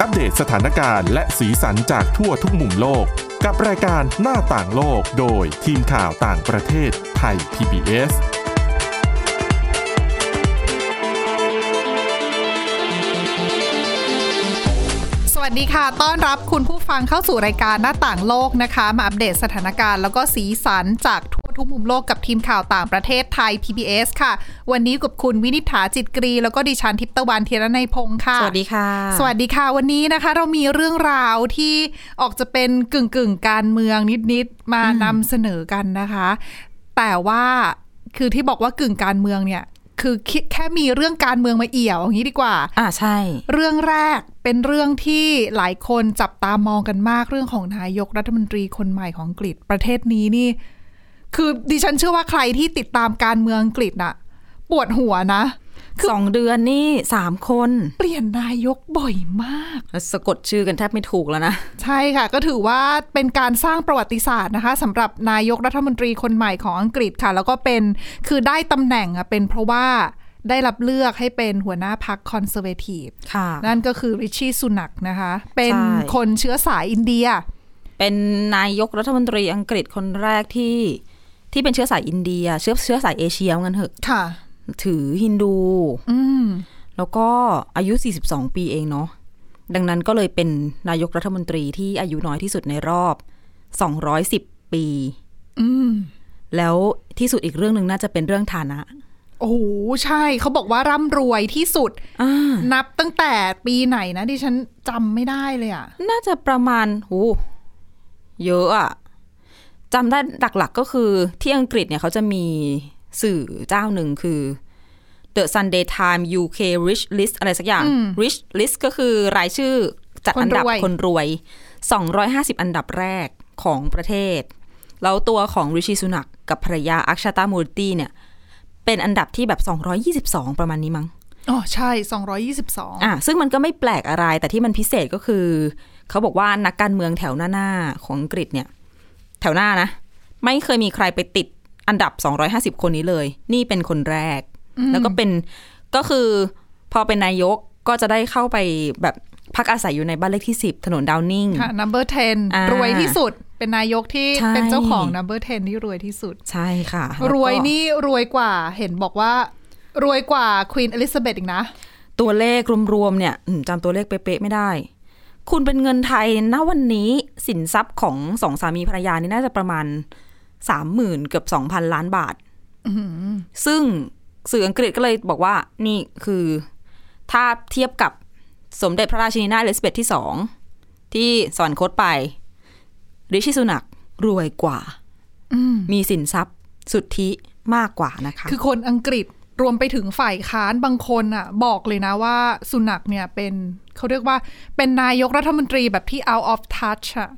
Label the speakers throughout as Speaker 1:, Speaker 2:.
Speaker 1: อัปเดตสถานการณ์และสีสันจากทั่วทุกมุมโลก กับรายการหน้าต่างโลกโดยทีมข่าวต่างประเทศไทย PBS
Speaker 2: สวัสดีค่ะ ต้อนรับคุณผู้ฟังเข้าสู่รายการหน้าต่างโลกนะคะ มาอัปเดตสถานการณ์แล้วก็สีสันจากทั่วทุกมุมโลกกับทีมข่าวต่างประเทศไทย PBS ค่ะ วันนี้อยู่กับคุณวินิษฐาจิตกรี แล้วก็ดิฉันทิพย์ตะวันเทียรนัยพงค์ค่ะ
Speaker 3: สวัสดีค่ะ
Speaker 2: สวัสดีค่ะ วันนี้นะคะ เรามีเรื่องราวที่ออกจะเป็นกึ่งกึ่งๆการเมืองนิดๆมานำเสนอกันนะคะ แต่ว่าคือที่บอกว่ากึ่งการเมืองเนี่ย คือคิดแค่มีเรื่องการเมืองมาเอี่ยวอย่างนี้ดีกว่า
Speaker 3: อ่าใช่
Speaker 2: เรื่องแรกเป็นเรื่องที่หลายคนจับตามองกันมากเรื่องของนายกรัฐมนตรีคนใหม่ของอังกฤษประเทศนี้นี่ คือดิฉันเชื่อว่าใครที่ติดตามการเมืองอังกฤษน่ะ ปวดหัวนะ คือ
Speaker 3: สองเดือนนี่สามคน
Speaker 2: เปลี่ยนนายกบ่อยมาก
Speaker 3: สะกดชื่อกันแทบไม่ถูกแล้วนะ
Speaker 2: ใช่ค่ะ ก็ถือว่าเป็นการสร้างประวัติศาสตร์นะคะสำหรับนายกรัฐมนตรีคนใหม่ของอังกฤษค่ะ แล้วก็เป็นคือได้ตำแหน่งอ่ะเป็นเพราะว่าได้รับเลือกให้เป็นหัวหน้าพรรคคอนเซอร์เวทีฟ
Speaker 3: ค่ะ
Speaker 2: นั่นก็คือริชชี่สุนักนะคะ เป็น
Speaker 3: ใช่
Speaker 2: คนเชื้อสายอินเดีย
Speaker 3: เป็นนายกรัฐมนตรีอังกฤษคนแรกที่ ที่เป็นเชื้อสายอินเดีย เชื้อเชื้อสายเอเชียว่างั้นเถอะ
Speaker 2: ค่ะ
Speaker 3: ถือฮินดู
Speaker 2: อืม
Speaker 3: แล้วก็อายุ 42 ปีเองเนาะ ดังนั้นก็เลยเป็นนายกรัฐมนตรีที่อายุน้อยที่สุดในรอบ 210 ปี
Speaker 2: อืม
Speaker 3: แล้วที่สุดอีกเรื่องหนึ่งน่าจะเป็นเรื่องฐานะ
Speaker 2: โอ้โห ใช่ เขาบอกว่าร่ำรวยที่สุด
Speaker 3: อ่า
Speaker 2: นับตั้งแต่ปีไหนนะดิฉันจำไม่ได้เลยอะ
Speaker 3: น่าจะประมาณหูเยอะอะจำได้หลักๆก็คือที่อังกฤษเนี่ยเขาจะมีสื่อเจ้าหนึ่งคือ The Sunday Time UK Rich List อะไรสักอย่าง Rich List ก็คือรายชื่อจัดอันดับคนรวย 250 อันดับแรกของประเทศ แล้วตัวของริชิสุนักกับภรรยาอักชาตามูรตี้เนี่ย เป็นอันดับที่แบบ 222 ประมาณนี้มั้ง
Speaker 2: อ๋อ ใช่ 222
Speaker 3: อ่ะซึ่งมันก็ไม่แปลกอะไรแต่ที่มันพิเศษก็คือ เขาบอกว่านักการเมืองแถวหน้าๆของอังกฤษเนี่ย แถวหน้านะ ไม่เคยมีใครไปติดอันดับ 250 คนนี้เลย นี่เป็นคนแรก แล้วก็เป็นก็คือพอเป็นนายกก็จะได้เข้าไปแบบพักอาศัยอยู่ในบ้านเลขที่ 10 ถนนดาวนิง
Speaker 2: ค่ะ number
Speaker 3: อ่า
Speaker 2: 10
Speaker 3: ร
Speaker 2: รวยที่สุด เป็นนายกที่
Speaker 3: ใช่
Speaker 2: เป็นเจ้าของ number 10 ที่รวยที่สุด
Speaker 3: ใช่ค่ะ
Speaker 2: รวย
Speaker 3: แล้วก็
Speaker 2: นี่รวยกว่า เห็นบอกว่า รวยกว่าควีนอลิซาเบธอีกนะ
Speaker 3: ตัวเลขรวมๆเนี่ยอืมจำตัวเลขเป๊ะๆไม่ได้ คุณเป็นเงินไทยณวันนี้สินทรัพย์ของสองสามีภรรยานี่น่าจะประมาณ สามหมื่นเกือบสองพันล้านบาท ซึ่งสื่ออังกฤษก็เลยบอกว่า นี่คือถ้าเทียบกับสมเด็จพระราชินีนาถเอลิซาเบธที่สองที่สวรรคตไป ริชิสุนักรวยกว่า มีสินทรัพย์สุทธิมากกว่านะคะ
Speaker 2: คือคนอังกฤษรวมไปถึงฝ่ายค้านบางคนอ่ะ บอกเลยนะว่าสุนัขเนี่ยเป็นเขาเรียกว่าเป็นนายกรัฐมนตรีแบบที่ out of touch อ่ะ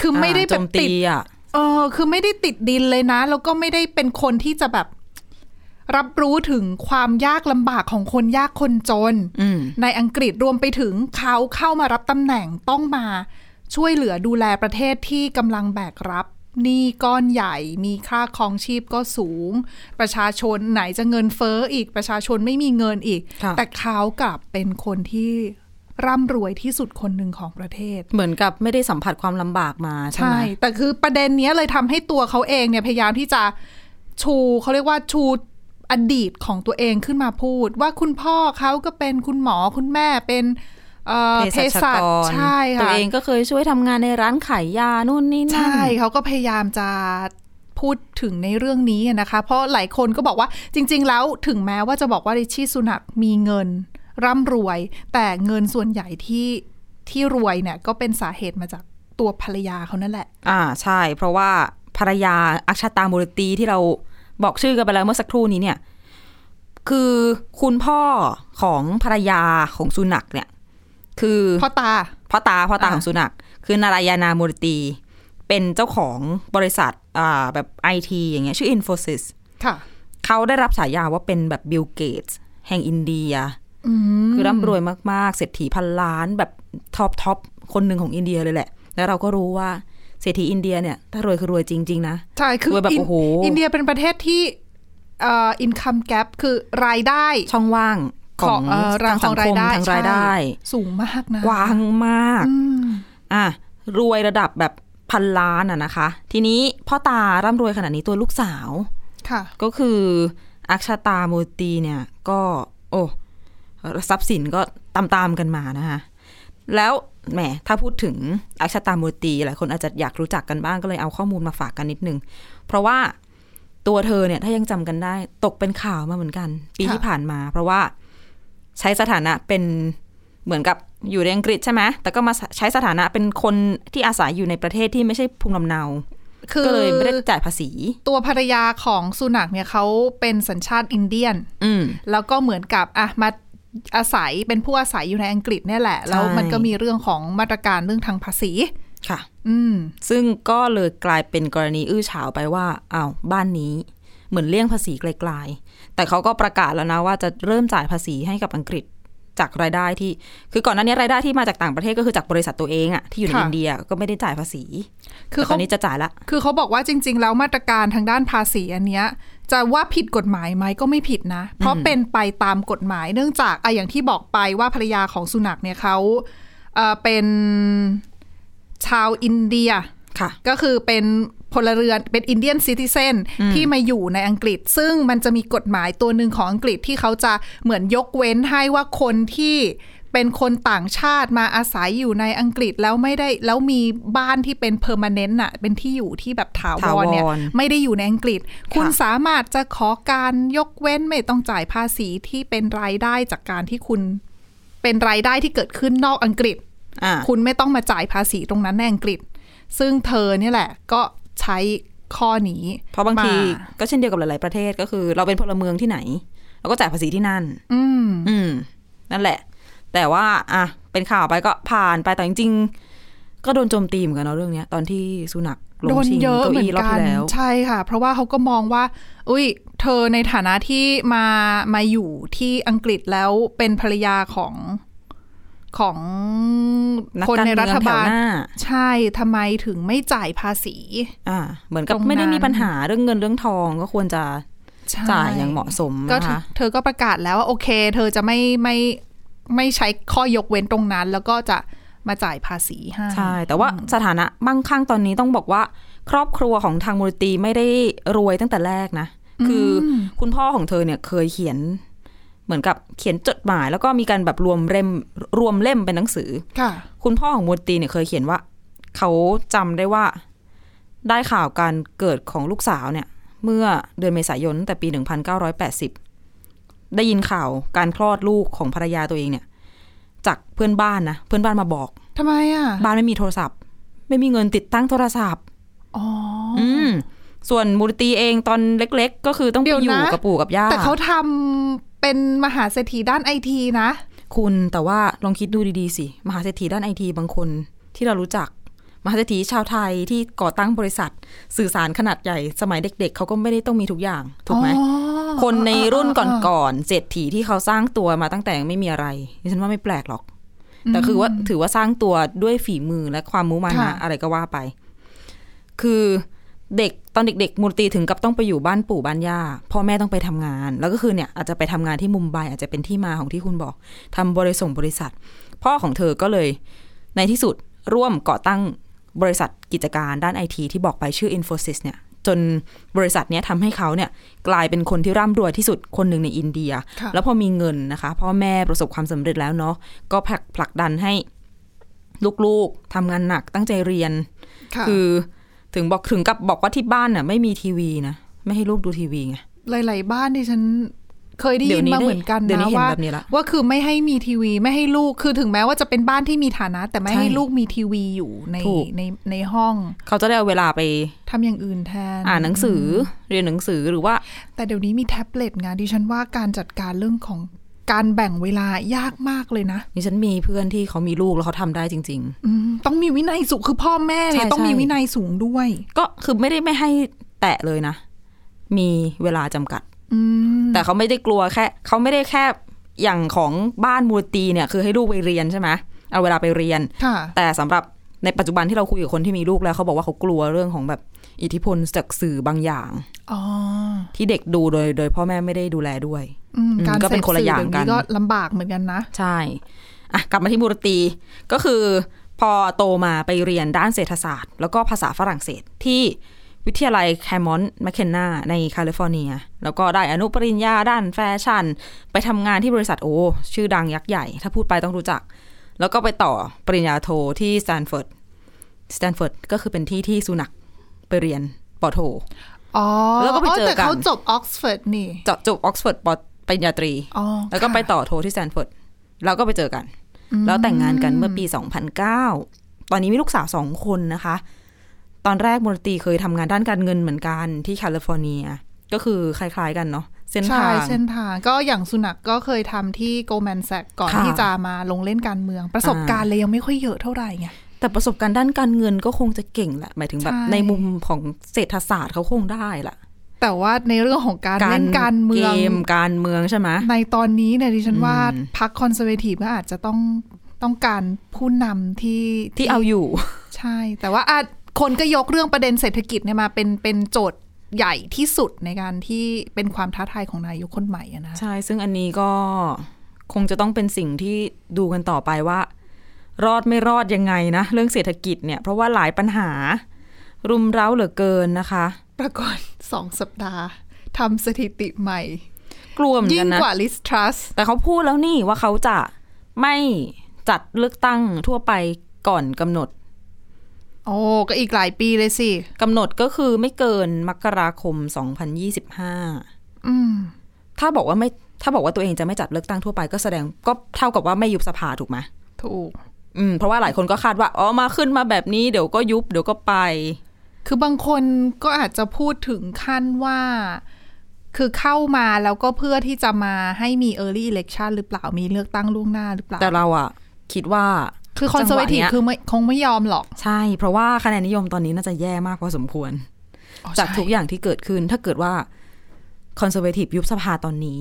Speaker 2: คือไม่ได้
Speaker 3: อ่า
Speaker 2: แบ
Speaker 3: โจ
Speaker 2: บ
Speaker 3: ม
Speaker 2: ติ
Speaker 3: ตี
Speaker 2: ด
Speaker 3: อ่ะ
Speaker 2: เออคือไม่ได้ติดดินเลยนะ แล้วก็ไม่ได้เป็นคนที่จะแบบ รับรู้ถึงความยากลำบากของคนยากคนจน
Speaker 3: อืม
Speaker 2: ในอังกฤษรวมไปถึงเขาเข้ามารับตำแหน่งต้องมาช่วยเหลือดูแลประเทศที่กำลังแบกรับหนี้ก้อนใหญ่ มีค่าครองชีพก็สูง ประชาชนไหนจะเงินเฟ้ออีกประชาชนไม่มีเงินอีก
Speaker 3: ค่ะ
Speaker 2: แต่เขากลับเป็นคนที่ร่ำรวยที่สุดคนหนึ่งของประเทศ
Speaker 3: เหมือนกับไม่ได้สัมผัสความลำบากมาใช่ไหม
Speaker 2: แต่คือประเด็นเนี้ยเลยทำให้ตัวเขาเองเนี่ยพยายามที่จะชูเขาเรียกว่าชูอดีตของตัวเองขึ้นมาพูด ว่าคุณพ่อเขาก็เป็นคุณหมอคุณแม่เป็นเอ่อ
Speaker 3: เภสัชกร
Speaker 2: ใช่ค่ะ
Speaker 3: ตัวเองก็เคยช่วยทำงานในร้านขายยานู่นนี่นั่น
Speaker 2: ใช่เขาก็พยายามจะพูดถึงในเรื่องนี้อะนะคะ เพราะหลายคนก็บอกว่าจริง ๆ แล้วถึงแม้ว่าจะบอกว่าริชชี่สุนักมีเงิน ร่ำรวย แต่เงินส่วนใหญ่ที่ที่รวยเนี่ยก็เป็นสาเหตุมาจากตัวภรรยาเขานั่นแหละ
Speaker 3: อ่าใช่ เพราะว่าภรรยาอักชาตามูรตีที่เราบอกชื่อกันไปแล้วเมื่อสักครู่นี้เนี่ย คือคุณพ่อของภรรยาของสุนักเนี่ย คือ
Speaker 2: พ่อตา
Speaker 3: พ่อตาพ่อตา
Speaker 2: อ่า
Speaker 3: ของสุนักคือนารายานามูรตี เป็นเจ้าของบริษัทอ่าแบบไอทีอย่างเงี้ยชื่อ Infosys
Speaker 2: ค่ะ
Speaker 3: เขาได้รับฉายาว่าเป็นแบบบิลเกตแห่งอินเดีย คือร่ำรวยมาก ๆ เศรษฐีพันล้านแบบท็อปท็อปคนหนึ่งของอินเดียเลยแหละ แล้วเราก็รู้ว่าเศรษฐีอินเดียเนี่ย ถ้ารวยคือรวยจริง ๆ นะ
Speaker 2: ใช่ คือ
Speaker 3: รวยแบบ
Speaker 2: น
Speaker 3: โอ้โห
Speaker 2: อินเดียเป็นประเทศที่เอ่อ income gap คือรายได้
Speaker 3: ช่องว่าง ของ
Speaker 2: เอ่อรางของรายได้
Speaker 3: ทางรายได้
Speaker 2: ใช่สูงมากนะ
Speaker 3: กว้างมาก
Speaker 2: อืม
Speaker 3: อ่ะรวยระดับแบบพันล้านอ่ะนะคะ ทีนี้พ่อตาร่ำรวยขนาดนี้ตัวลูกสาว
Speaker 2: ค่ะ
Speaker 3: ก็คืออักชาตามูลตีเนี่ยก็ โอ้ทรัพย์สินก็ตามตามๆกันมานะคะแล้วแหมถ้าพูดถึงอักชาตามูลตีหลายคนอาจจะอยากรู้จักกันบ้างก็เลยเอาข้อมูลมาฝากกันนิดนึง เพราะว่าตัวเธอเนี่ยถ้ายังจำกันได้ ตกเป็นข่าวมาเหมือนกัน ปีที่
Speaker 2: ค่ะ
Speaker 3: ผ่านมา เพราะว่าใช้สถานะเป็นเหมือนกับอยู่ในอังกฤษใช่ไหมแต่ก็มาใช้สถานะเป็นคนที่อาศัยอยู่ในประเทศที่ไม่ใช่ภูมิลำเนา
Speaker 2: คือ
Speaker 3: ก็เลยไม่ได้จ่ายภาษี
Speaker 2: ตัวภรรยาของสุนักเนี่ยเขาเป็นสัญชาติอินเดียน
Speaker 3: อืม
Speaker 2: แล้วก็เหมือนกับอ่ะมาอาศัยเป็นผู้อาศัยอยู่ในอังกฤษเนี่ยแหละ แล้ว
Speaker 3: ใช่
Speaker 2: มันก็มีเรื่องของมาตรการเรื่องทางภาษี
Speaker 3: ค่ะ
Speaker 2: อืม
Speaker 3: ซึ่งก็เลยกลายเป็นกรณีอื้อฉาวไปว่าอ้าวบ้านนี้เหมือนเลี่ยงภาษีไกลๆ แต่เขาก็ประกาศแล้วนะว่าจะเริ่มจ่ายภาษีให้กับอังกฤษจากรายได้ที่ คือก่อนหน้านี้รายได้ที่มาจากต่างประเทศก็คือจากบริษัทตัวเองอะที่อยู่ใน
Speaker 2: ค่ะ
Speaker 3: อินเดียก็ไม่ได้จ่ายภาษี
Speaker 2: คือ
Speaker 3: แต่ตอ
Speaker 2: เขา
Speaker 3: นนี้จะจ่ายละ
Speaker 2: คือเขาบอกว่าจริง ๆ แล้วมาตรการทางด้านภาษีอันเนี้ยจะว่าผิดกฎหมายไหมก็ไม่ผิดนะ เพราะเป็นไปตามกฎหมาย เนื่องจากอะอย่างที่บอกไปว่าภรรยาของสุนักเนี่ยเขาเอ่อเป็นชาวอินเดีย
Speaker 3: ค่ะ
Speaker 2: ก็คือเป็นพลเรือนเป็นอินเดียนซิติเซนที่มาอยู่ในอังกฤษ ซึ่งมันจะมีกฎหมายตัวหนึ่งของอังกฤษที่เขาจะเหมือนยกเว้นให้ว่าคนที่เป็นคนต่างชาติมาอาศัยอยู่ในอังกฤษแล้วไม่ได้แล้วมีบ้านที่เป็นเพอร์ม n เนนต์อะเป็นที่อยู่ที่แบบถาว
Speaker 3: ถาร วร
Speaker 2: เนี่ยไม่ได้อยู่ในอังกฤษ คุณ
Speaker 3: ค่ะ
Speaker 2: สามารถจะขอการยกเว้นไม่ต้องจ่ายภาษีที่เป็นรายได้จากการที่คุณเป็นรายได้ที่เกิดขึ้นนอกอังกฤษ
Speaker 3: อ่า
Speaker 2: คุณไม่ต้องมาจ่ายภาษีตรงนั้นในอังกฤษ ซึ่งเธอเนี่ยแหละก็ใช้ข้อนี้
Speaker 3: เพราะบางที
Speaker 2: ม
Speaker 3: ก็เช่นเดียวกับหลายๆประเทศก็คือ เราเป็นพลเมืองที่ไหน เราก็จ่ายภาษีที่นั่น
Speaker 2: อืม
Speaker 3: อืม นั่นแหละ แต่ว่า อ่ะ เป็นข่าวไปก็ผ่านไปแต่จริงๆ ก็โดนโจมตีเหมือนกันเนาะเรื่องเนี้ย ตอนที่สุนัขลง
Speaker 2: โดน
Speaker 3: ชิง
Speaker 2: เยอะ
Speaker 3: เก้า
Speaker 2: เหมือ
Speaker 3: อี้
Speaker 2: น
Speaker 3: รอบ
Speaker 2: กัน
Speaker 3: ที่แล้ว
Speaker 2: ใช่ค่ะ เพราะว่าเขาก็มองว่า อุ้ย เธอในฐานะที่มามาอยู่ที่อังกฤษแล้วเป็นภรรยาของของ
Speaker 3: นัก
Speaker 2: คน
Speaker 3: การ
Speaker 2: ใน
Speaker 3: เมื
Speaker 2: รั
Speaker 3: อ
Speaker 2: ฐ
Speaker 3: งแถว
Speaker 2: บาล
Speaker 3: หน้า
Speaker 2: ใช่ทำไมถึงไม่จ่ายภาษี
Speaker 3: อ่า เหมือนกับ
Speaker 2: ตรงนั้น
Speaker 3: ไม่ได้มีปัญหาเรื่องเงินเรื่องทองก็ควรจะ
Speaker 2: ใช่
Speaker 3: จ่ายอย่างเหมาะสม
Speaker 2: ก็เธ
Speaker 3: นะ
Speaker 2: อ
Speaker 3: คะ
Speaker 2: เธอก็ประกาศแล้วว่าโอเค เธอจะไม่ไม่ไม่ใช้ข้อยกเว้นตรงนั้น แล้วก็จะมาจ่ายภาษีให้
Speaker 3: ใช่ แต่ว่าสถานะมั่งคั่งตอนนี้ต้องบอกว่า ครอบครัวของทางมูลตีไม่ได้รวยตั้งแต่แรกนะ คืออคุณพ่อของเธอเนี่ยเคยเขียน เหมือนกับเขียนจดหมาย แล้วก็มีการแบบรวมเล่มรวมเล่มเป็นหนังสือ
Speaker 2: ค่ะ
Speaker 3: คุณพ่อของมูลตีเนี่ยเคยเขียนว่า เขาจำได้ว่าได้ข่าวการเกิดของลูกสาวเนี่ย เมื่อเดือนเมษายนตั้งแต่ปี 1980 ได้ยินข่าวการคลอดลูกของภรรยาตัวเองเนี่ย จากเพื่อนบ้านนะ เพื่อนบ้านมาบอก
Speaker 2: ทำไมอ่ะ
Speaker 3: บ้านไม่มีโทรศัพท์ ไม่มีเงินติดตั้งโทรศัพท์
Speaker 2: อ๋อ
Speaker 3: อืมส่วนมูลตีเองตอนเล็ก ๆ ก็คือต้องไป
Speaker 2: เดี๋ยว
Speaker 3: อยู่
Speaker 2: นะ
Speaker 3: กับปู่กับย่า
Speaker 2: แต่เขาทำเป็นมหาเศรษฐีด้านไอทีนะ
Speaker 3: คุณแต่ว่าลองคิดดูดีๆสิมหาเศรษฐีด้านไอทีบางคนที่เรารู้จัก มหาเศรษฐีชาวไทยที่ก่อตั้งบริษัท สื่อสารขนาดใหญ่ สมัยเด็ก ๆ เขาก็ไม่ได้ต้องมีทุกอย่างถูกไหม
Speaker 2: อ๋อ
Speaker 3: คนในรุ่นก่อนๆเศรษฐีที่เขาสร้างตัวมาตั้งแต่ยังไม่มีอะไรดิฉันว่าไม่แปลกหรอก แต่คือว่าถือว่าสร้างตัวด้วยฝีมือและความมุมานะ
Speaker 2: ค่ะ
Speaker 3: อะไรก็ว่าไป คือเด็กตอนเด็ก ๆ มูลตีถึงกับต้องไปอยู่บ้านปู่บ้านย่าพ่อแม่ต้องไปทำงาน แล้วก็คือเนี่ยอาจจะไปทำงานที่มุมไบอาจจะเป็นที่มาของที่คุณบอกทำบริษัทบริษัท พ่อของเธอก็เลย ในที่สุดร่วมก่อตั้งบริษัทกิจการด้านไอทีที่บอกไปชื่อ Infosys เนี่ย จนบริษัทเนี้ยทำให้เขาเนี่ยกลายเป็นคนที่ร่ำรวยที่สุดคนหนึ่งในอินเดีย
Speaker 2: ค่ะ
Speaker 3: แล้วพอมีเงินนะคะพ่อแม่ประสบความสำเร็จแล้วเนาะก็ผลักผลักดันให้ลูกๆทำงานหนักตั้งใจเรียน
Speaker 2: ค่ะ
Speaker 3: คือถึงบอกถึงกับบอกว่าที่บ้านน่ะไม่มีทีวีนะ ไม่ให้ลูกดูทีวีไง
Speaker 2: หลายๆบ้านที่ฉันเคยได้ยินมาเหมือนกัน
Speaker 3: เดี๋ยว
Speaker 2: นะ
Speaker 3: นี้เห็น
Speaker 2: ว่า
Speaker 3: แบบนี้ละ
Speaker 2: ว่าคือไม่ให้มีทีวีไม่ให้ลูกคือถึงแม้ว่าจะเป็นบ้านที่มีฐานะ แต่ไม่ให้
Speaker 3: ใช่
Speaker 2: ลูกมีทีวีอยู่ใน
Speaker 3: ถูก
Speaker 2: ในในห้อง
Speaker 3: เขาจะได้เอาเวลาไป
Speaker 2: ทำอย่างอื่นแทน
Speaker 3: อ่านหนังสือเรียนหนังสือหรือว่า
Speaker 2: แต่เดี๋ยวนี้มีแท็บเล็ตไงดิฉันว่าการจัดการเรื่องของการแบ่งเวลายากมากเลยนะ
Speaker 3: นี่ฉันมีเพื่อนที่เขามีลูกแล้วเขาทำได้จริง
Speaker 2: อืมต้องมีวินัยสูงคือพ่อแม่เนี่ย
Speaker 3: ใช่
Speaker 2: ต้องมี
Speaker 3: ใช่
Speaker 2: วินัยสูงด้วย
Speaker 3: ๆ ก็คือไม่ได้ไม่ให้แตะเลยนะ มีเวลาจำกัด
Speaker 2: อืม
Speaker 3: แต่เขาไม่ได้กลัวแค่เขาไม่ได้แค่อย่างของบ้านมูลตีเนี่ย คือให้ลูกไปเรียนใช่ไหมเอาเวลาไปเรียน
Speaker 2: ค่ะ
Speaker 3: แต่สำหรับในปัจจุบันที่เราคุยกับคนที่มีลูกแล้วเขาบอกว่าเขากลัวเรื่องของแบบ อิทธิพลจากสื่อบางอย่าง
Speaker 2: อ๋อ
Speaker 3: ที่เด็กดูโดย โดยพ่อแม่ไม่ได้ดูแลด้วย
Speaker 2: อืม
Speaker 3: อืม
Speaker 2: การ
Speaker 3: ก็เป็น
Speaker 2: สพ
Speaker 3: คนละ
Speaker 2: สื่
Speaker 3: อย่าง
Speaker 2: เดี๋ว
Speaker 3: กัน
Speaker 2: ก็ลำบากเหมือนกันนะ
Speaker 3: ใช่ อ่ะ กลับมาที่บูรตี ก็คือพอโตมาไปเรียนด้านเศรษฐศาสตร์ แล้วก็ภาษาฝรั่งเศสที่วิทยาลัยแคมอนแมคเคนนาในแคลิฟอร์เนีย แล้วก็ได้อนุปริญญาด้านแฟชั่น ไปทำงานที่บริษัทโอ ชื่อดังยักษ์ใหญ่ ถ้าพูดไปต้องรู้จัก แล้วก็ไปต่อปริญญาโทที่สแตนฟอร์ดสแตนฟอร์ดก็คือเป็นที่ที่สุนักไปเรียนปอโท
Speaker 2: อ๋อ
Speaker 3: แล้วก็ไปเจอกัน
Speaker 2: แต่เขาจบออกซฟอร์ดนี่
Speaker 3: เจาะจบออกซฟอร์ดปปริญญาตรี
Speaker 2: อ๋อ
Speaker 3: แล้วก็
Speaker 2: ค่ะ
Speaker 3: ไปต่อโทที่สแตนฟอร์ดแล้วก็ไปเจอกัน แล้วแต่งงานกันเมื่อปี 2009 ตอนนี้มีลูกสาวสองคนนะคะ ตอนแรกมรตีเคยทำงานด้านการเงินเหมือนกันที่แคลิฟอร์เนีย ก็คือคล้ายๆกันเนาะเส้น
Speaker 2: ใช่
Speaker 3: ทาง
Speaker 2: เส้นทางก็อย่างสุนัขก็เคยทำที่โกลแมนแซกก่อน
Speaker 3: ค่ะ
Speaker 2: ที่จะมาลงเล่นการเมือง ประสบ
Speaker 3: อ่า
Speaker 2: การณ์เลยยังไม่ค่อยเยอะเท่าไหร่ไง
Speaker 3: แต่ประสบการณ์ด้านการเงินก็คงจะเก่งแหละ หมายถึงแบบ
Speaker 2: ใช่
Speaker 3: ในมุมของเศรษฐศาสตร์เขาคงได้ละ
Speaker 2: แต่ว่าในเรื่องของการเล่นการเมือง
Speaker 3: เกมการเมืองใช่ไหม
Speaker 2: ในตอนนี้เนี่ยดิฉันว่า
Speaker 3: อืม
Speaker 2: พรรคคอนเซอร์เวทีฟก็อาจจะต้องต้องการผู้นำที่
Speaker 3: ที่เอาอยู่
Speaker 2: ใช่ แต่ว่าอาจคนก็ยกเรื่องประเด็นเศรษฐกิจเนี่ยมาเป็นเป็นโจทย์ใหญ่ที่สุดในการที่เป็นความท้าทายของนายกคนใหม่อะนะ
Speaker 3: ใช่ ซึ่งอันนี้ก็คงจะต้องเป็นสิ่งที่ดูกันต่อไปว่า รอดไม่รอดยังไงนะ เรื่องเศรษฐกิจเนี่ย เพราะว่าหลายปัญหา รุมเร้าเหลือเกินนะคะ
Speaker 2: ปรากฏสองสัปดาห์ทำสถิติใหม่
Speaker 3: กลัวเหมือน
Speaker 2: ยิ่
Speaker 3: กั
Speaker 2: ง
Speaker 3: นนะ
Speaker 2: กว่าลิสทรัส
Speaker 3: แต่เขาพูดแล้วนี่ว่าเขาจะไม่จัดเลือกตั้งทั่วไปก่อนกำหนด
Speaker 2: โอ้ก็อีกหลายปีเลยสิ
Speaker 3: กำหนดก็คือไม่เกินมกราคม 2025
Speaker 2: อืม
Speaker 3: ถ้าบอกว่าไม่ถ้าบอกว่าตัวเองจะไม่จัดเลือกตั้งทั่วไปก็แสดงก็เท่ากับว่าไม่ยุบสภาถูกไหม
Speaker 2: ถูก
Speaker 3: อืมเพราะว่าหลายคนก็คาดว่าอ๋อมาขึ้นมาแบบนี้เดี๋ยวก็ยุบเดี๋ยวก็ไป
Speaker 2: คือบางคนก็อาจจะพูดถึงขั้นว่า คือเข้ามาแล้วก็เพื่อที่จะมาให้มี early election หรือเปล่า มีเลือกตั้งล่วงหน้าหรือเปล่า
Speaker 3: แต่เราอะคิดว่า
Speaker 2: คือคอนเซอร์เวทีฟ
Speaker 3: จังหะ
Speaker 2: คื
Speaker 3: เนี้
Speaker 2: อ
Speaker 3: ย
Speaker 2: ไม่คงไม่ยอมหรอก
Speaker 3: ใช่ เพราะว่าคะแนนนิยมตอนนี้น่าจะแย่มากพอสมควร จากทุกอย่างที่เกิดขึ้นถ้าเกิดว่าคอนเซอร์เวทีฟยุบสภาตอนนี้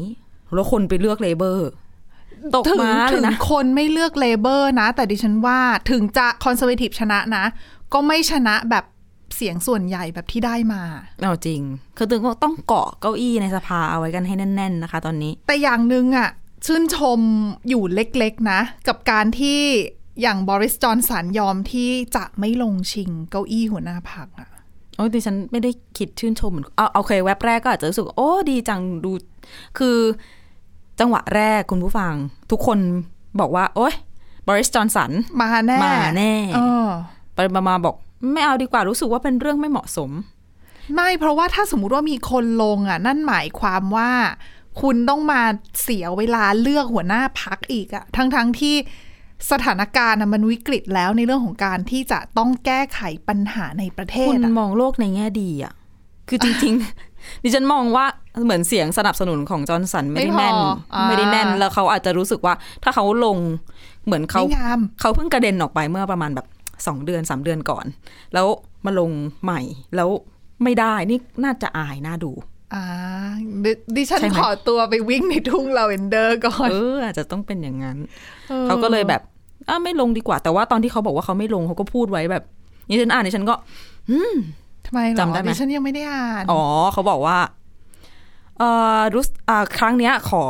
Speaker 3: แล้วคนไปเลือกเลเบอร์ ตก
Speaker 2: ถึง
Speaker 3: ม้าเล
Speaker 2: ถึ
Speaker 3: ย
Speaker 2: ง
Speaker 3: นะ
Speaker 2: คนไม่เลือกเลเบอร์นะ แต่ดิฉันว่าถึงจะคอนเซอร์เวทีฟชนะนะ ก็ไม่ชนะแบบเสียงส่วนใหญ่แบบที่ได้มา
Speaker 3: เอาจริง คือตึงก็ต้องเกาะเก้าอี้ในสภาเอาไว้กันให้แน่น ๆ นะคะ ตอนนี้
Speaker 2: แต่อย่างหนึ่งอะชื่นชมอยู่เล็กๆนะ กับการที่อย่างบริสจอนสันยอมที่จะไม่ลงชิงเก้าอี้หัวหน้าพรรคอะ
Speaker 3: โอ้ยดิฉันไม่ได้คิดชื่นชมเหมือนเอาโอเคแว็บแรกก็อาจจะรู้สึกว่าโอ้ดีจังดู คือจังหวะแรกคุณผู้ฟัง ทุกคนบอกว่า โอ๊ยบริสจอนสัน
Speaker 2: มาแน่
Speaker 3: มาแน่
Speaker 2: เออ
Speaker 3: ไปมาๆบอก ไม่เอาดีกว่ารู้สึกว่าเป็นเรื่องไม่เหมาะสม
Speaker 2: ไม่เพราะว่าถ้าสมมติว่ามีคนลงอะนั่นหมายความว่า คุณต้องมาเสียเวลาเลือกหัวหน้าพักอีกอะทั้งๆที่สถานการณ์อะมันวิกฤตแล้วในเรื่องของการที่จะต้องแก้ไขปัญหาในประเทศ
Speaker 3: คุณ
Speaker 2: อะ
Speaker 3: มองโลกในแง่ดีอ่ะ คือจริงๆ ดิฉันมองว่าเหมือนเสียงสนับสนุนของจอห์นสันไม่ได้แน่น ไม่ได้แน่นแล้วเขาอาจจะรู้สึกว่า ถ้าเขาลงเหมือนเขา
Speaker 2: ไม่งาม
Speaker 3: เขาเพิ่งกระเด็นออกไปเมื่อประมาณแบบสองเดือนสามเดือนก่อน แล้วมาลงใหม่แล้วไม่ได้นี่น่าจะอายน่าดู
Speaker 2: อ่าดิดิฉัน
Speaker 3: ใช่ไหม
Speaker 2: ขอตัวไปวิ่งในทุ่งลาเวนเดอร์ก่อน
Speaker 3: เอออาจจะต้องเป็นอย่างนั้น เขาก็เลยแบบอ่ะไม่ลงดีกว่า แต่ว่าตอนที่เขาบอกว่าเขาไม่ลงเขาก็พูดไว้แบบนี่ฉันอ่านนี่ฉันก็
Speaker 2: ทำไมเหรอ
Speaker 3: จำได้ไหม
Speaker 2: ดิฉันยังไม่ได้อ่าน
Speaker 3: อ๋อเขาบอกว่าเออรู้สึกอ่าครั้งเนี้ยขอ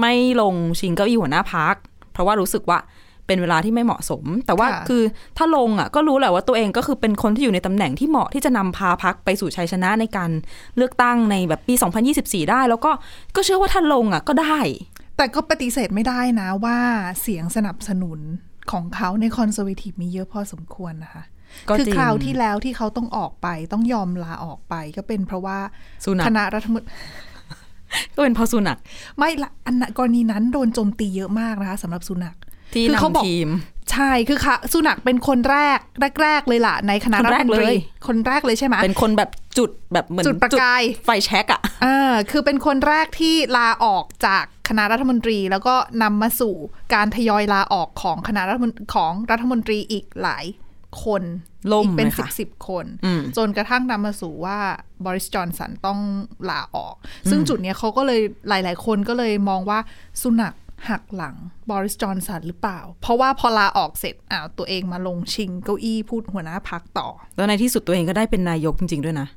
Speaker 3: ไม่ลงชิงเก้าอี้หัวหน้าพัก เพราะว่ารู้สึกว่าเป็นเวลาที่ไม่เหมาะสม แต่ว่า
Speaker 2: ค่ะ
Speaker 3: คือถ้าลงอ่ะก็รู้แหละว่าตัวเองก็คือเป็นคนที่อยู่ในตำแหน่งที่เหมาะที่จะนำพาพักไปสู่ชัยชนะในการเลือกตั้งในแบบปี 2024 ได้ แล้วก็ก็เชื่อว่าถ้าลงอ่ะก็ได้
Speaker 2: แต่ก็ปฏิเสธไม่ได้นะว่าเสียงสนับสนุนของเขาในคอนเซอร์เวทีฟมีเยอะพอสมควรนะคะ
Speaker 3: ก็
Speaker 2: คือ
Speaker 3: จริง
Speaker 2: คราวที่แล้วที่เขาต้องออกไปต้องยอมลาออกไป ก็เป็นเพราะว่า
Speaker 3: สุนั
Speaker 2: ค
Speaker 3: ข
Speaker 2: ณะรัฐมนตรี
Speaker 3: ก็เป็นเพอสุนัข
Speaker 2: ไม่ละอันนั้นกรณีนั้นโดนโจมตีเยอะมากนะคะสำหรับสุนัข
Speaker 3: ที่
Speaker 2: คือเขาบอก
Speaker 3: นำทีม
Speaker 2: ใช่คือค่ะสุนัขเป็นคนแรกแรก ๆ เลยล่ะในคณะ
Speaker 3: คน
Speaker 2: รัฐ
Speaker 3: แรก
Speaker 2: มนต
Speaker 3: เล
Speaker 2: รี
Speaker 3: ย
Speaker 2: คนแรกเลยใช่ไหม
Speaker 3: เป็นคนแบบจุดแบบเหมือน
Speaker 2: จุดประกาย
Speaker 3: ไฟแช็กอ่ะ
Speaker 2: อ่าคือเป็นคนแรกที่ลาออกจากคณะรัฐมนตรี แล้วก็นำมาสู่การทยอยลาออกของคณะรัฐมนของรัฐมนตรีอีกหลายคน
Speaker 3: ล่ม
Speaker 2: อีกเป็น
Speaker 3: เลย
Speaker 2: สิ
Speaker 3: ค่ะ
Speaker 2: บสิบคน
Speaker 3: อืม
Speaker 2: จนกระทั่งนำมาสู่ว่าบริสจอนสันต้องลาออก ซึ่งจุดเนี้ยเขาก็เลยหลาย ๆ คนก็เลยมองว่าสุนัข หักหลังบริสจอนสันหรือเปล่า เพราะว่าพอลาออกเสร็จอ้าวตัวเองมาลงชิงเก้าอี้พูดหัวหน้าพักต่อ
Speaker 3: แล้วในที่สุดตัวเองก็ได้เป็นนายกจริง ๆ ด้วยนะ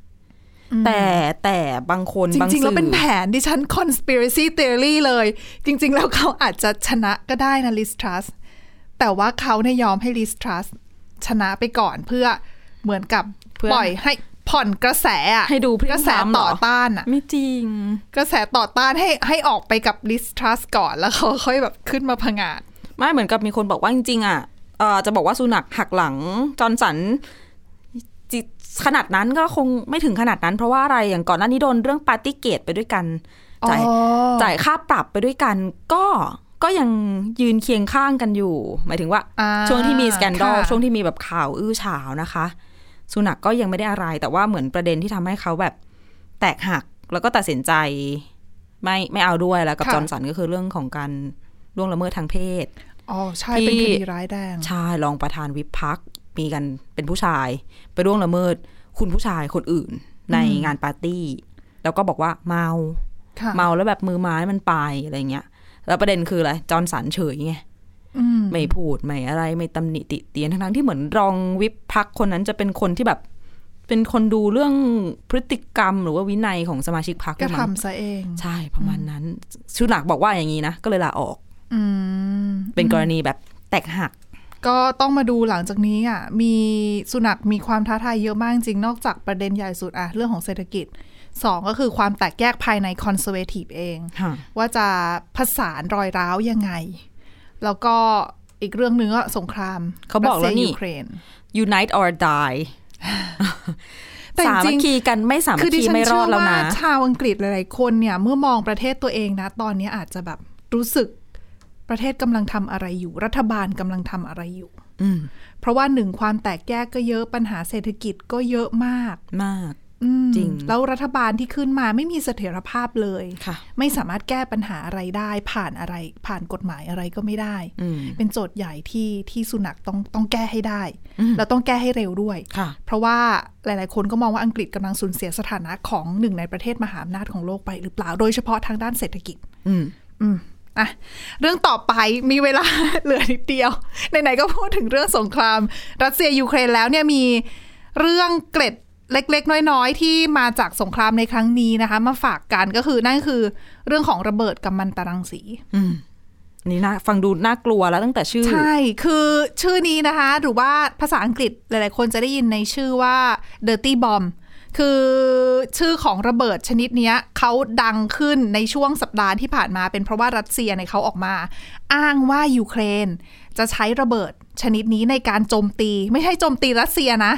Speaker 3: แต่แต่บางคน
Speaker 2: จ
Speaker 3: บาง
Speaker 2: ริง ๆ
Speaker 3: สื่
Speaker 2: แล้วเป็น
Speaker 3: อ
Speaker 2: แผนดิฉัน conspiracy theory เลย จริง ๆ แล้วเขาอาจจะชนะก็ได้นะลิสทรัสแต่ว่าเขาเนี่ยยอมให้ลิสทรัสชนะไปก่อนเพื่อเหมือนกับปล่อยให้ผ่อนกระแสอะ
Speaker 3: ให้ดูพฤ
Speaker 2: กระ
Speaker 3: ติ
Speaker 2: แส
Speaker 3: กรรมเหร
Speaker 2: ต่อต้านอะ
Speaker 3: ไม่จริง
Speaker 2: กระแสต่อต้านให้ให้ออกไปกับลิสทรัสก่อนแล้วเขาค่อยแบบขึ้นมาผงาด
Speaker 3: ไม่เหมือนกับมีคนบอกว่าจริงๆอ่ะเอ่อจะบอกว่าสุนัขหักหลังจอร์นสันจิขนาดนั้นก็คงไม่ถึงขนาดนั้น เพราะว่าอะไรอย่างก่อนหน้านี้โดนเรื่องปาร์ตี้เกตไปด้วยกันจ่าย
Speaker 2: อ๋อ
Speaker 3: จ่ายค่าปรับไปด้วยกัน ก็ก็ยังยืนเคียงข้างกันอยู่ หมายถึงว่า
Speaker 2: อ่า
Speaker 3: ช่วงที่มีสแกนดอล
Speaker 2: ค่ะ
Speaker 3: ช่วงที่มีแบบข่าวอื้อฉาวนะคะ สุนัขกก็ยังไม่ได้อะไร แต่ว่าเหมือนประเด็นที่ทำให้เขาแบบแตกหักแล้วก็ตัดสินใจ ไม่ไม่เอาด้วยแล้วกับ
Speaker 2: ค่ะ
Speaker 3: จอร์นสันก็คือเรื่องของการล่วงละเมิดทางเพศ
Speaker 2: อ๋อใช่
Speaker 3: ที่
Speaker 2: เป็นคดีร้ายแดง
Speaker 3: ใช่รองประธานวิปพักมีกันเป็นผู้ชาย ไปร่วงละเมิด คุณผู้ชายคนอื่น ในงานปาร์ตี้ แล้วก็บอกว่าเมา
Speaker 2: ค่ะ
Speaker 3: เมาแล้วแบบมือไม้มันไปอะไรเงี้ย แล้วประเด็นคืออะไร จอร์นสันเฉยไง
Speaker 2: อืม
Speaker 3: ไม่พูด ไม่อะไร ไม่ตำหนิติเตียนทั้งๆที่เหมือนรองวิปพักคนนั้นจะเป็นคนที่แบบ เป็นคนดูเรื่องพฤติกรรมหรือว่าวินัยของสมาชิกพัก
Speaker 2: ก็ทำซะเอง
Speaker 3: ใช่ประมาณนั้นชุดหลักบอกว่าอย่างนี้นะ ก็เลยลาออก
Speaker 2: อืม
Speaker 3: เป็นกรณีแบบแตกหัก
Speaker 2: ก็ต้องมาดูหลังจากนี้อ่ะมีสุนัขมีความท้าทายเยอะมากจริงนอกจากประเด็นใหญ่สุดอ่ะเรื่องของเศรษฐกิจสองก็คือความแตกแยกภายในคอนเซอร์เวทีฟเอง ว่าจะผสานรอยร้าวยังไง แล้วก็อีกเรื่องหนึ่งก็สงคราม
Speaker 3: เขาบอกแล้วนี่
Speaker 2: รัสเซียยูเครน
Speaker 3: Unite or Die
Speaker 2: แต่จ
Speaker 3: สามั
Speaker 2: ริ
Speaker 3: ค
Speaker 2: ง
Speaker 3: คีกันไม่สามั
Speaker 2: คือ
Speaker 3: ค
Speaker 2: ดิ
Speaker 3: คี
Speaker 2: ฉัน
Speaker 3: ไม่ร
Speaker 2: เชื่
Speaker 3: อ
Speaker 2: อ
Speaker 3: ดแล้ว
Speaker 2: ว่า
Speaker 3: นะ
Speaker 2: ชาวอังกฤษหลายๆคนเนี่ย เมื่อมองประเทศตัวเองนะ ตอนนี้อาจจะแบบรู้สึกประเทศกำลังทำอะไรอยู่ รัฐบาลกำลังทำอะไรอยู่
Speaker 3: อืม
Speaker 2: เพราะว่าหนึ่งความแตกแยกก็เยอะปัญหาเศรษฐกิจก็เยอะมาก
Speaker 3: มาก
Speaker 2: อืม
Speaker 3: จริง
Speaker 2: แล้วรัฐบาลที่ขึ้นมาไม่มีเสถียรภาพเลย
Speaker 3: ค่ะ
Speaker 2: ไม่สามารถแก้ปัญหาอะไรได้ ผ่านอะไร ผ่านกฎหมายอะไรก็ไม่ได้
Speaker 3: อืม
Speaker 2: เป็นโจทย์ใหญ่ที่ที่สุนัขต้องต้องแก้ให้ได้
Speaker 3: อืม
Speaker 2: แล้วต้องแก้ให้เร็วด้วย
Speaker 3: ค่ะ
Speaker 2: เพราะว่าหลาย ๆ คนก็มองว่าอังกฤษกำลังสูญเสียสถานะของหนึ่งในประเทศมหาอำนาจของโลกไปหรือเปล่าโดยเฉพาะทางด้านเศรษฐกิจ
Speaker 3: อืม
Speaker 2: อืมอ่ะเรื่องต่อไปมีเวลา เหลือนิดเดียว ไหน ๆ ก็พูดถึงเรื่องสงคราม รัสเซียยูเครนแล้วเนี่ยมีเรื่องเกร็ดเล็ก ๆ น้อย ๆ ที่มาจากสงครามในครั้งนี้นะคะ มาฝากกันก็คือนั่นคือเรื่องของระเบิดกัมมันตรังสี
Speaker 3: อืม นี่นะฟังดูน่ากลัวแล้วตั้งแต่ชื่อ
Speaker 2: ใช่ คือชื่อนี้นะคะ หรือว่าภาษาอังกฤษหลาย ๆ คนจะได้ยินในชื่อว่า dirty bomb คือชื่อของระเบิดชนิดเนี้ยเขาดังขึ้นในช่วงสัปดาห์ที่ผ่านมา เป็นเพราะว่ารัสเซียเนี่ยเขาออกมา อ้างว่ายูเครน จะใช้ระเบิดชนิดนี้ในการโจมตี ไม่ใช่โจมตีรัสเซียนะ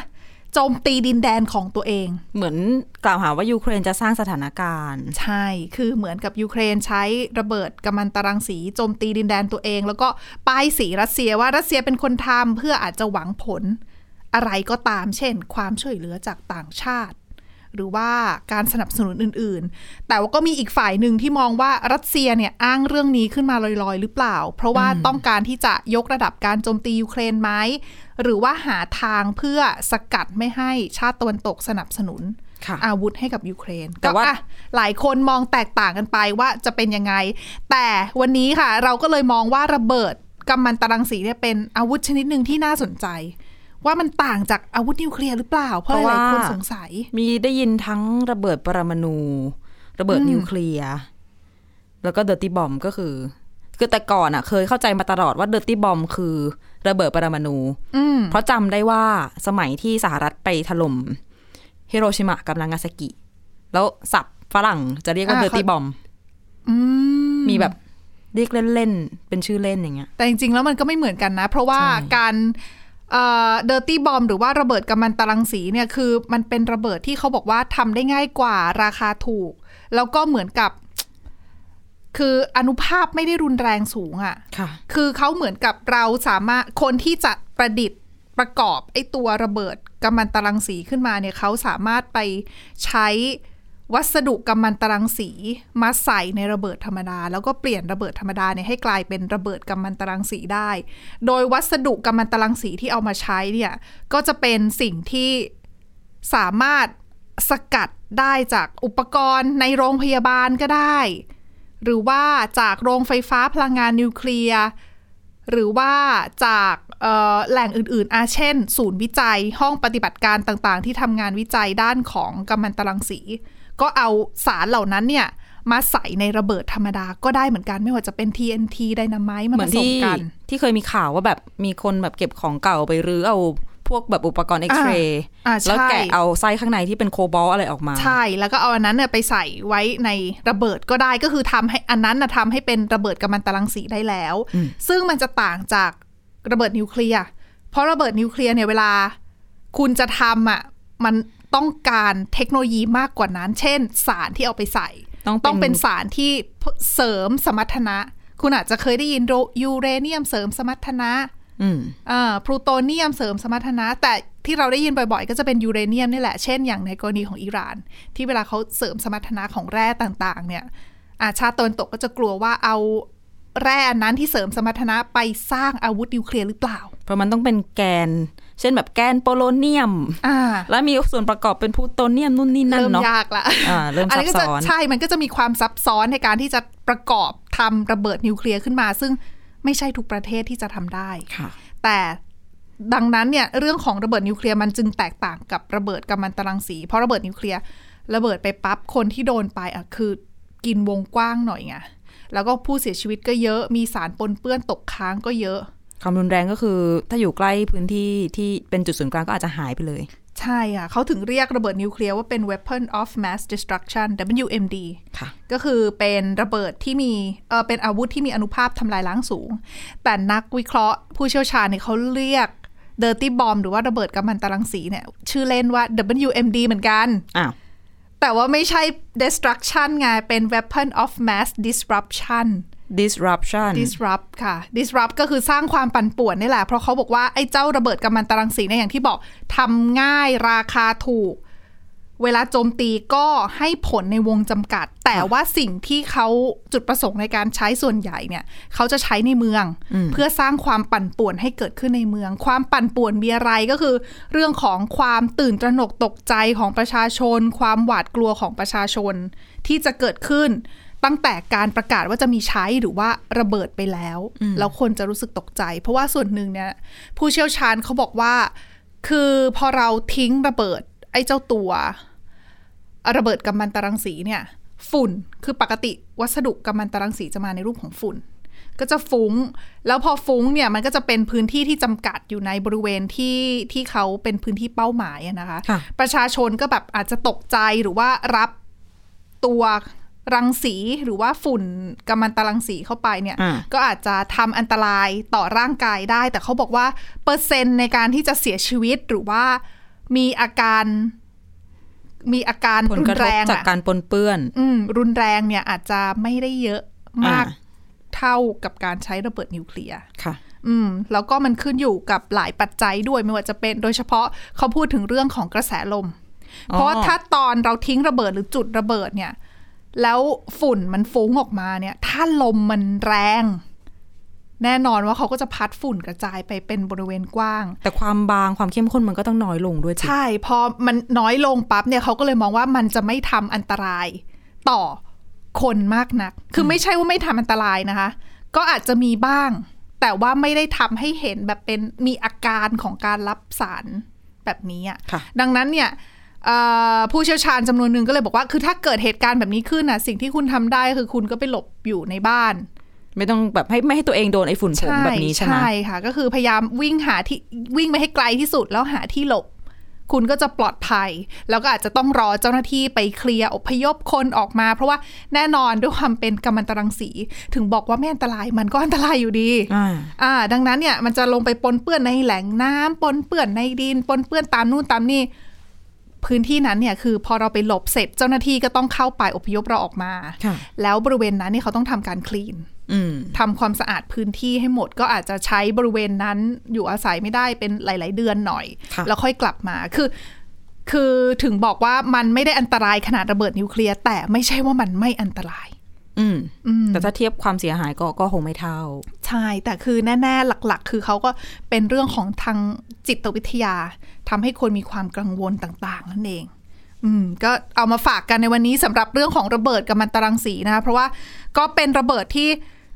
Speaker 2: โจมตีดินแดนของตัวเอง
Speaker 3: เหมือนกล่าวหาว่ายูเครนจะสร้างสถานการณ์
Speaker 2: ใช่ คือเหมือนกับยูเครนใช้ระเบิดกัมมันตรังสีโจมตีดินแดนตัวเอง แล้วก็ป้ายสีรัสเซียว่ารัสเซียเป็นคนทำเพื่ออาจจะหวังผล อะไรก็ตาม เช่น ความช่วยเหลือจากต่างชาติ หรือว่าการสนับสนุนอื่นๆ แต่ว่าก็มีอีกฝ่ายหนึ่งที่มองว่ารัสเซียเนี่ยอ้างเรื่องนี้ขึ้นมาลอยๆ หรือเปล่า เพราะว่าต้องการที่จะยกระดับการโจมตียูเครนไหมหรือว่าหาทางเพื่อสกัดไม่ให้ชาติตะวันตกสนับสนุน
Speaker 3: ค่ะ
Speaker 2: อาวุธให้กับยูเครน
Speaker 3: แต่ว่า
Speaker 2: ก็อ่ะหลายคนมองแตกต่างกันไปว่าจะเป็นยังไง แต่วันนี้ค่ะ เราก็เลยมองว่าระเบิดกัมมันตรังสีเนี่ยเป็นอาวุธชนิดหนึ่งที่น่าสนใจ ว่ามันต่างจากอาวุธนิวเคลียร์หรือเปล่า เพราะหลายๆคนสงสัย
Speaker 3: มีได้ยินทั้งระเบิดปรมาณูระเบิดนิวเคลียร์แล้วก็เดอร์ตี้บอมก็คือ คือแต่ก่อนอ่ะ เคยเข้าใจมาตลอดว่าเดอร์ตี้บอมคือระเบิดปรมาณู
Speaker 2: อืม
Speaker 3: เพราะจำได้ว่าสมัยที่สหรัฐไปถล่มฮิโรชิมะกับนางาซากิ แล้วศัพท์ฝรั่งจะเรียกว่า
Speaker 2: อ่า
Speaker 3: เดอ
Speaker 2: เขา
Speaker 3: ร์ตี้บอม
Speaker 2: อืม
Speaker 3: มีแบบเรียกเล่นๆเป็นชื่อเล่นอย่างเงี้ย
Speaker 2: แต่จริงๆ แล้วมันก็ไม่เหมือนกันนะ เพราะว่า
Speaker 3: ใช่
Speaker 2: การเดอร์ตี้บอมหรือว่าระเบิดกัมมันตรังสีเนี่ยคือ มันเป็นระเบิดที่เขาบอกว่าทำได้ง่ายกว่าราคาถูก แล้วก็เหมือนกับ คืออนุภาพไม่ได้รุนแรงสูงอ่ะ
Speaker 3: ค่ะ
Speaker 2: คือเขาเหมือนกับเราสามารถคนที่จะประดิษฐ์ประกอบไอ้ตัวระเบิดกัมมันตรังสีขึ้นมาเนี่ยเขาสามารถไปใช้วัสดุกัมมันตรังสีมาใส่ในระเบิดธรรมดา แล้วก็เปลี่ยนระเบิดธรรมดาเนี่ยให้กลายเป็นระเบิดกัมมันตรังสีได้ โดยวัสดุกัมมันตรังสีที่เอามาใช้เนี่ยก็จะเป็นสิ่งที่สามารถสกัดได้จากอุปกรณ์ในโรงพยาบาลก็ได้ หรือว่าจากโรงไฟฟ้าพลังงานนิวเคลียร์ หรือว่าจากเอ่อแหล่งอื่นๆ อาเช่น ศูนย์วิจัยห้องปฏิบัติการต่างๆ ที่ทำงานวิจัยด้านของกัมมันตรังสี ก็เอาสารเหล่านั้นเนี่ย มาใส่ในระเบิดธรรมดาก็ได้เหมือนกันไม่ว่าจะเป็น TNT ไดนาไมต์มา
Speaker 3: เหมื
Speaker 2: ผ
Speaker 3: อน
Speaker 2: สม
Speaker 3: ที่
Speaker 2: กัน
Speaker 3: ที่เคยมีข่าวว่าแบบมีคนแบบเก็บของเก่าไปรื้อเอาพวกแบบอุปกรณ์เอ็กซเรย์
Speaker 2: อ่าใช่
Speaker 3: แล้วแกะเอาไส้ข้างในที่เป็นโคบอลต์อะไรออกมา
Speaker 2: ใช่แล้วก็เอาอันนั้นเนี่ยไปใส่ไว้ในระเบิดก็ได้ก็คือทำให้อันนั้นนะทำให้เป็นระเบิดกัมมันตรังสีได้แล้ว
Speaker 3: อืม
Speaker 2: ซึ่งมันจะต่างจากระเบิดนิวเคลียร์เพราะระเบิดนิวเคลียร์เนี่ยเวลา คุณจะทำอ่ะมันต้องการเทคโนโลยีมากกว่านั้น เช่น สารที่เอาไปใส่
Speaker 3: ต้อง
Speaker 2: ต้องเป็น
Speaker 3: เป็น
Speaker 2: สารที่เสริมสมรรถนะ คุณอาจจะเคยได้ยินยูเรเนียมเสริมสมรรถนะ
Speaker 3: อืม
Speaker 2: อ่าพลูโตเนียมเสริมสมรรถนะ แต่ที่เราได้ยินบ่อยๆ ก็จะเป็นยูเรเนียมนี่แหละ เช่นอย่างในกรณีของอิหร่าน ที่เวลาเขาเสริมสมรรถนะของแร่ต่างๆ เนี่ยอาชาติตะวันตกก็จะกลัวว่าเอาแร่อันนั้นที่เสริมสมรรถนะไปสร้างอาวุธนิวเคลียร์หรือเปล่า
Speaker 3: เพราะมันต้องเป็นแกน เช่นแบบแกนโปโลเนียม
Speaker 2: อ่า
Speaker 3: แล้วมีส่วนประกอบเป็นพลูโตเนียมนู่นนี่นั่น
Speaker 2: เริ่ม
Speaker 3: เนาะ
Speaker 2: ยากละ
Speaker 3: อ่าเริ่มซับซ้อน
Speaker 2: นี้ก็จะใช่มันก็จะมีความซับซ้อนในการที่จะประกอบทำระเบิดนิวเคลียร์ขึ้นมา ซึ่งไม่ใช่ทุกประเทศที่จะทำได้
Speaker 3: ค่ะ
Speaker 2: แต่ดังนั้นเนี่ยเรื่องของระเบิดนิวเคลียร์มันจึงแตกต่างกับระเบิดกัมมันตรังสี เพราะระเบิดนิวเคลียร์ระเบิดไปปั๊บคนที่โดนไปอ่ะคือกินวงกว้างหน่อยไงแล้วก็ผู้เสียชีวิตก็เยอะมีสารปนเปื้อนตกค้างก็เยอะ
Speaker 3: ความรุนแรงก็คือถ้าอยู่ใกล้พื้นที่ที่เป็นจุดศูนย์กลางก็อาจจะหายไปเลย
Speaker 2: ใช่อ่ะเขาถึงเรียกระเบิดนิวเคลียร์ว่าเป็น weapon of mass destruction WMD
Speaker 3: ค่ะ
Speaker 2: ก็คือเป็นระเบิดที่มีเออเป็นอาวุธที่มีอนุภาพทำลายล้างสูง แต่นักวิเคราะห์ผู้เชี่ยวชาญเนี่ยเขาเรียก Dirty Bomb หรือว่าระเบิดกัมมันตรังสีเนี่ย ชื่อเล่นว่า WMD เหมือนกัน
Speaker 3: อ้าว
Speaker 2: แต่ว่าไม่ใช่ destruction ไง เป็น weapon of mass disruption
Speaker 3: disruption
Speaker 2: disrupt ค่ะ disrupt ก็คือสร้างความปั่นป่วนนี่แหละ เพราะเขาบอกว่า ไอ้เจ้าระเบิดกัมมันตรังสีเนี่ยอย่างที่บอกทำง่ายราคาถูก เวลาโจมตีก็ให้ผลในวงจำกัด แต่ว่าสิ่งที่เขาจุดประสงค์ในการใช้ส่วนใหญ่เนี่ย เขาจะใช้ในเมือง เพื่อสร้างความปั่นป่วนให้เกิดขึ้นในเมือง ความปั่นป่วนมีอะไรก็คือ เรื่องของความตื่นตระหนกตกใจของประชาชน ความหวาดกลัวของประชาชน ที่จะเกิดขึ้น ตั้งแต่การประกาศว่าจะมีใช้หรือว่าระเบิดไปแล้ว แล้วคนจะรู้สึกตกใจ เพราะว่าส่วนหนึ่งเนี่ยผู้เชี่ยวชาญเขาบอกว่า คือพอเราทิ้งระเบิดไอ้เจ้าตัว ระเบิดกัมมันตรังสีเนี่ย ฝุ่นคือปกติวัสดุกัมมันตรังสีจะมาในรูปของฝุ่น ก็จะฟุ้ง แล้วพอฟุ้งเนี่ยมันก็จะเป็นพื้นที่ที่จำกัดอยู่ในบริเวณที่ที่เขาเป็นพื้นที่เป้าหมายอะนะคะ
Speaker 3: ค่ะ
Speaker 2: ประชาชนก็แบบอาจจะตกใจหรือว่ารับตัวรังสีหรือว่าฝุ่นกัมมันตรังสีเข้าไปเนี่ย
Speaker 3: อ่า
Speaker 2: ก็อาจจะทำอันตรายต่อร่างกายได้ แต่เขาบอกว่าเปอร์เซ็นต์ในการที่จะเสียชีวิตหรือว่ามีอาการ มีอาการ
Speaker 3: ผล
Speaker 2: รุน
Speaker 3: กระท
Speaker 2: แร
Speaker 3: บ
Speaker 2: ง
Speaker 3: จาก
Speaker 2: อะ
Speaker 3: การปนเปื้อน
Speaker 2: อืมรุนแรงเนี่ยอาจจะไม่ได้เยอะมาก
Speaker 3: อ่า
Speaker 2: เท่ากับการใช้ระเบิดนิวเคลียร์
Speaker 3: ค่ะ
Speaker 2: อืมแล้วก็มันขึ้นอยู่กับหลายปัจจัยด้วยไม่ว่าจะเป็นโดยเฉพาะเขาพูดถึงเรื่องของกระแสลม
Speaker 3: อ๋อ
Speaker 2: เพราะถ้าตอนเราทิ้งระเบิดหรือจุดระเบิดเนี่ย แล้วฝุ่นมันฟุ้งออกมาเนี่ย ถ้าลมมันแรง แน่นอนว่าเขาก็จะพัดฝุ่นกระจายไปเป็นบริเวณกว้าง
Speaker 3: แต่ความบางความเข้มข้นมันก็ต้องน้อยลงด้วยสิ
Speaker 2: ใช่ พอมันน้อยลงปั๊บเนี่ยเขาก็เลยมองว่ามันจะไม่ทำอันตรายต่อคนมากนัก คือไม่ใช่ว่าไม่ทำอันตรายนะคะ ก็อาจจะมีบ้าง แต่ว่าไม่ได้ทำให้เห็นแบบเป็นมีอาการของการรับสารแบบนี้อะ
Speaker 3: ค่ะ
Speaker 2: ดังนั้นเนี่ยเอ่อผู้เชี่ยวชาญจำนวนหนึ่งก็เลยบอกว่า คือถ้าเกิดเหตุการณ์แบบนี้ขึ้นน่ะสิ่งที่คุณทำได้คือคุณก็ไปหลบอยู่ในบ้าน
Speaker 3: ไม่ต้องแบบให้ไม่ให้ตัวเองโดนไอ้ฝุ่นผงแบบนี้ใช่ไหม
Speaker 2: ใช่ค่ะ ก็คือพยายามวิ่งหาที่วิ่งไปให้ไกลที่สุดแล้วหาที่หลบ คุณก็จะปลอดภัย แล้วก็อาจจะต้องรอเจ้าหน้าที่ไปเคลียร์อพยพคนออกมา เพราะว่าแน่นอนด้วยความเป็นกัมมันตรังสี ถึงบอกว่าไม่อันตรายมันก็อันตรายอยู่ดี
Speaker 3: อ่า
Speaker 2: อ่าดังนั้นเนี่ยมันจะลงไปปนเปื้อนในแหล่งน้ำปนเปื้อนในดิน ปนเปื้อนตามนู่นตามนี่ พื้นที่นั้นเนี่ยคือพอเราไปหลบเสร็จเจ้าหน้าที่ก็ต้องเข้าไปอพยพเราออกมา
Speaker 3: ค่ะ
Speaker 2: แล้วบริเวณนั้นเนี่ยเขาต้องทำการคลีน
Speaker 3: อืม
Speaker 2: ทำความสะอาดพื้นที่ให้หมด ก็อาจจะใช้บริเวณนั้นอยู่อาศัยไม่ได้เป็นหลาย ๆ เดือนหน่อย
Speaker 3: ค่ะ
Speaker 2: แล้วค่อยกลับมาคือ คือถึงบอกว่ามันไม่ได้อันตรายขนาดระเบิดนิวเคลียร์แต่ไม่ใช่ว่ามันไม่อันตราย
Speaker 3: อืม
Speaker 2: อืม
Speaker 3: แต่ถ้าเทียบความเสียหายก็ก็คงไม่เท่า
Speaker 2: ใช่ แต่คือแน่ ๆ หลัก ๆ คือเขาก็เป็นเรื่องของทางจิตวิทยาทำให้คนมีความกังวลต่าง ๆ นั่นเอง อืมก็เอามาฝากกันในวันนี้สำหรับเรื่องของระเบิดกัมมันตรังสีนะคะเพราะว่าก็เป็นระเบิดที่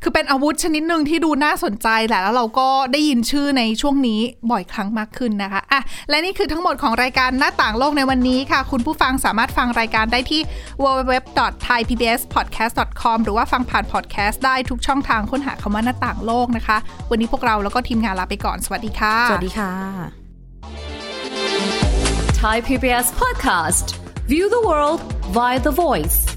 Speaker 2: คือเป็นอาวุธชนิดหนึ่งที่ดูน่าสนใจแหละ แล้วเราก็ได้ยินชื่อในช่วงนี้บ่อยครั้งมากขึ้นนะคะอ่ะและนี่คือทั้งหมดของรายการหน้าต่างโลกในวันนี้ค่ะ คุณผู้ฟังสามารถฟังรายการได้ที่ www.thaipbspodcast.com หรือว่าฟังผ่านพอดแคสต์ได้ทุกช่องทางค้นหาคำว่าหน้าต่างโลกนะคะ วันนี้พวกเราแล้วก็ทีมงานลาไปก่อนสวัสดีค่ะ
Speaker 3: สวัสดีค่ะ
Speaker 4: Thai PBS podcast. View the world via the voice.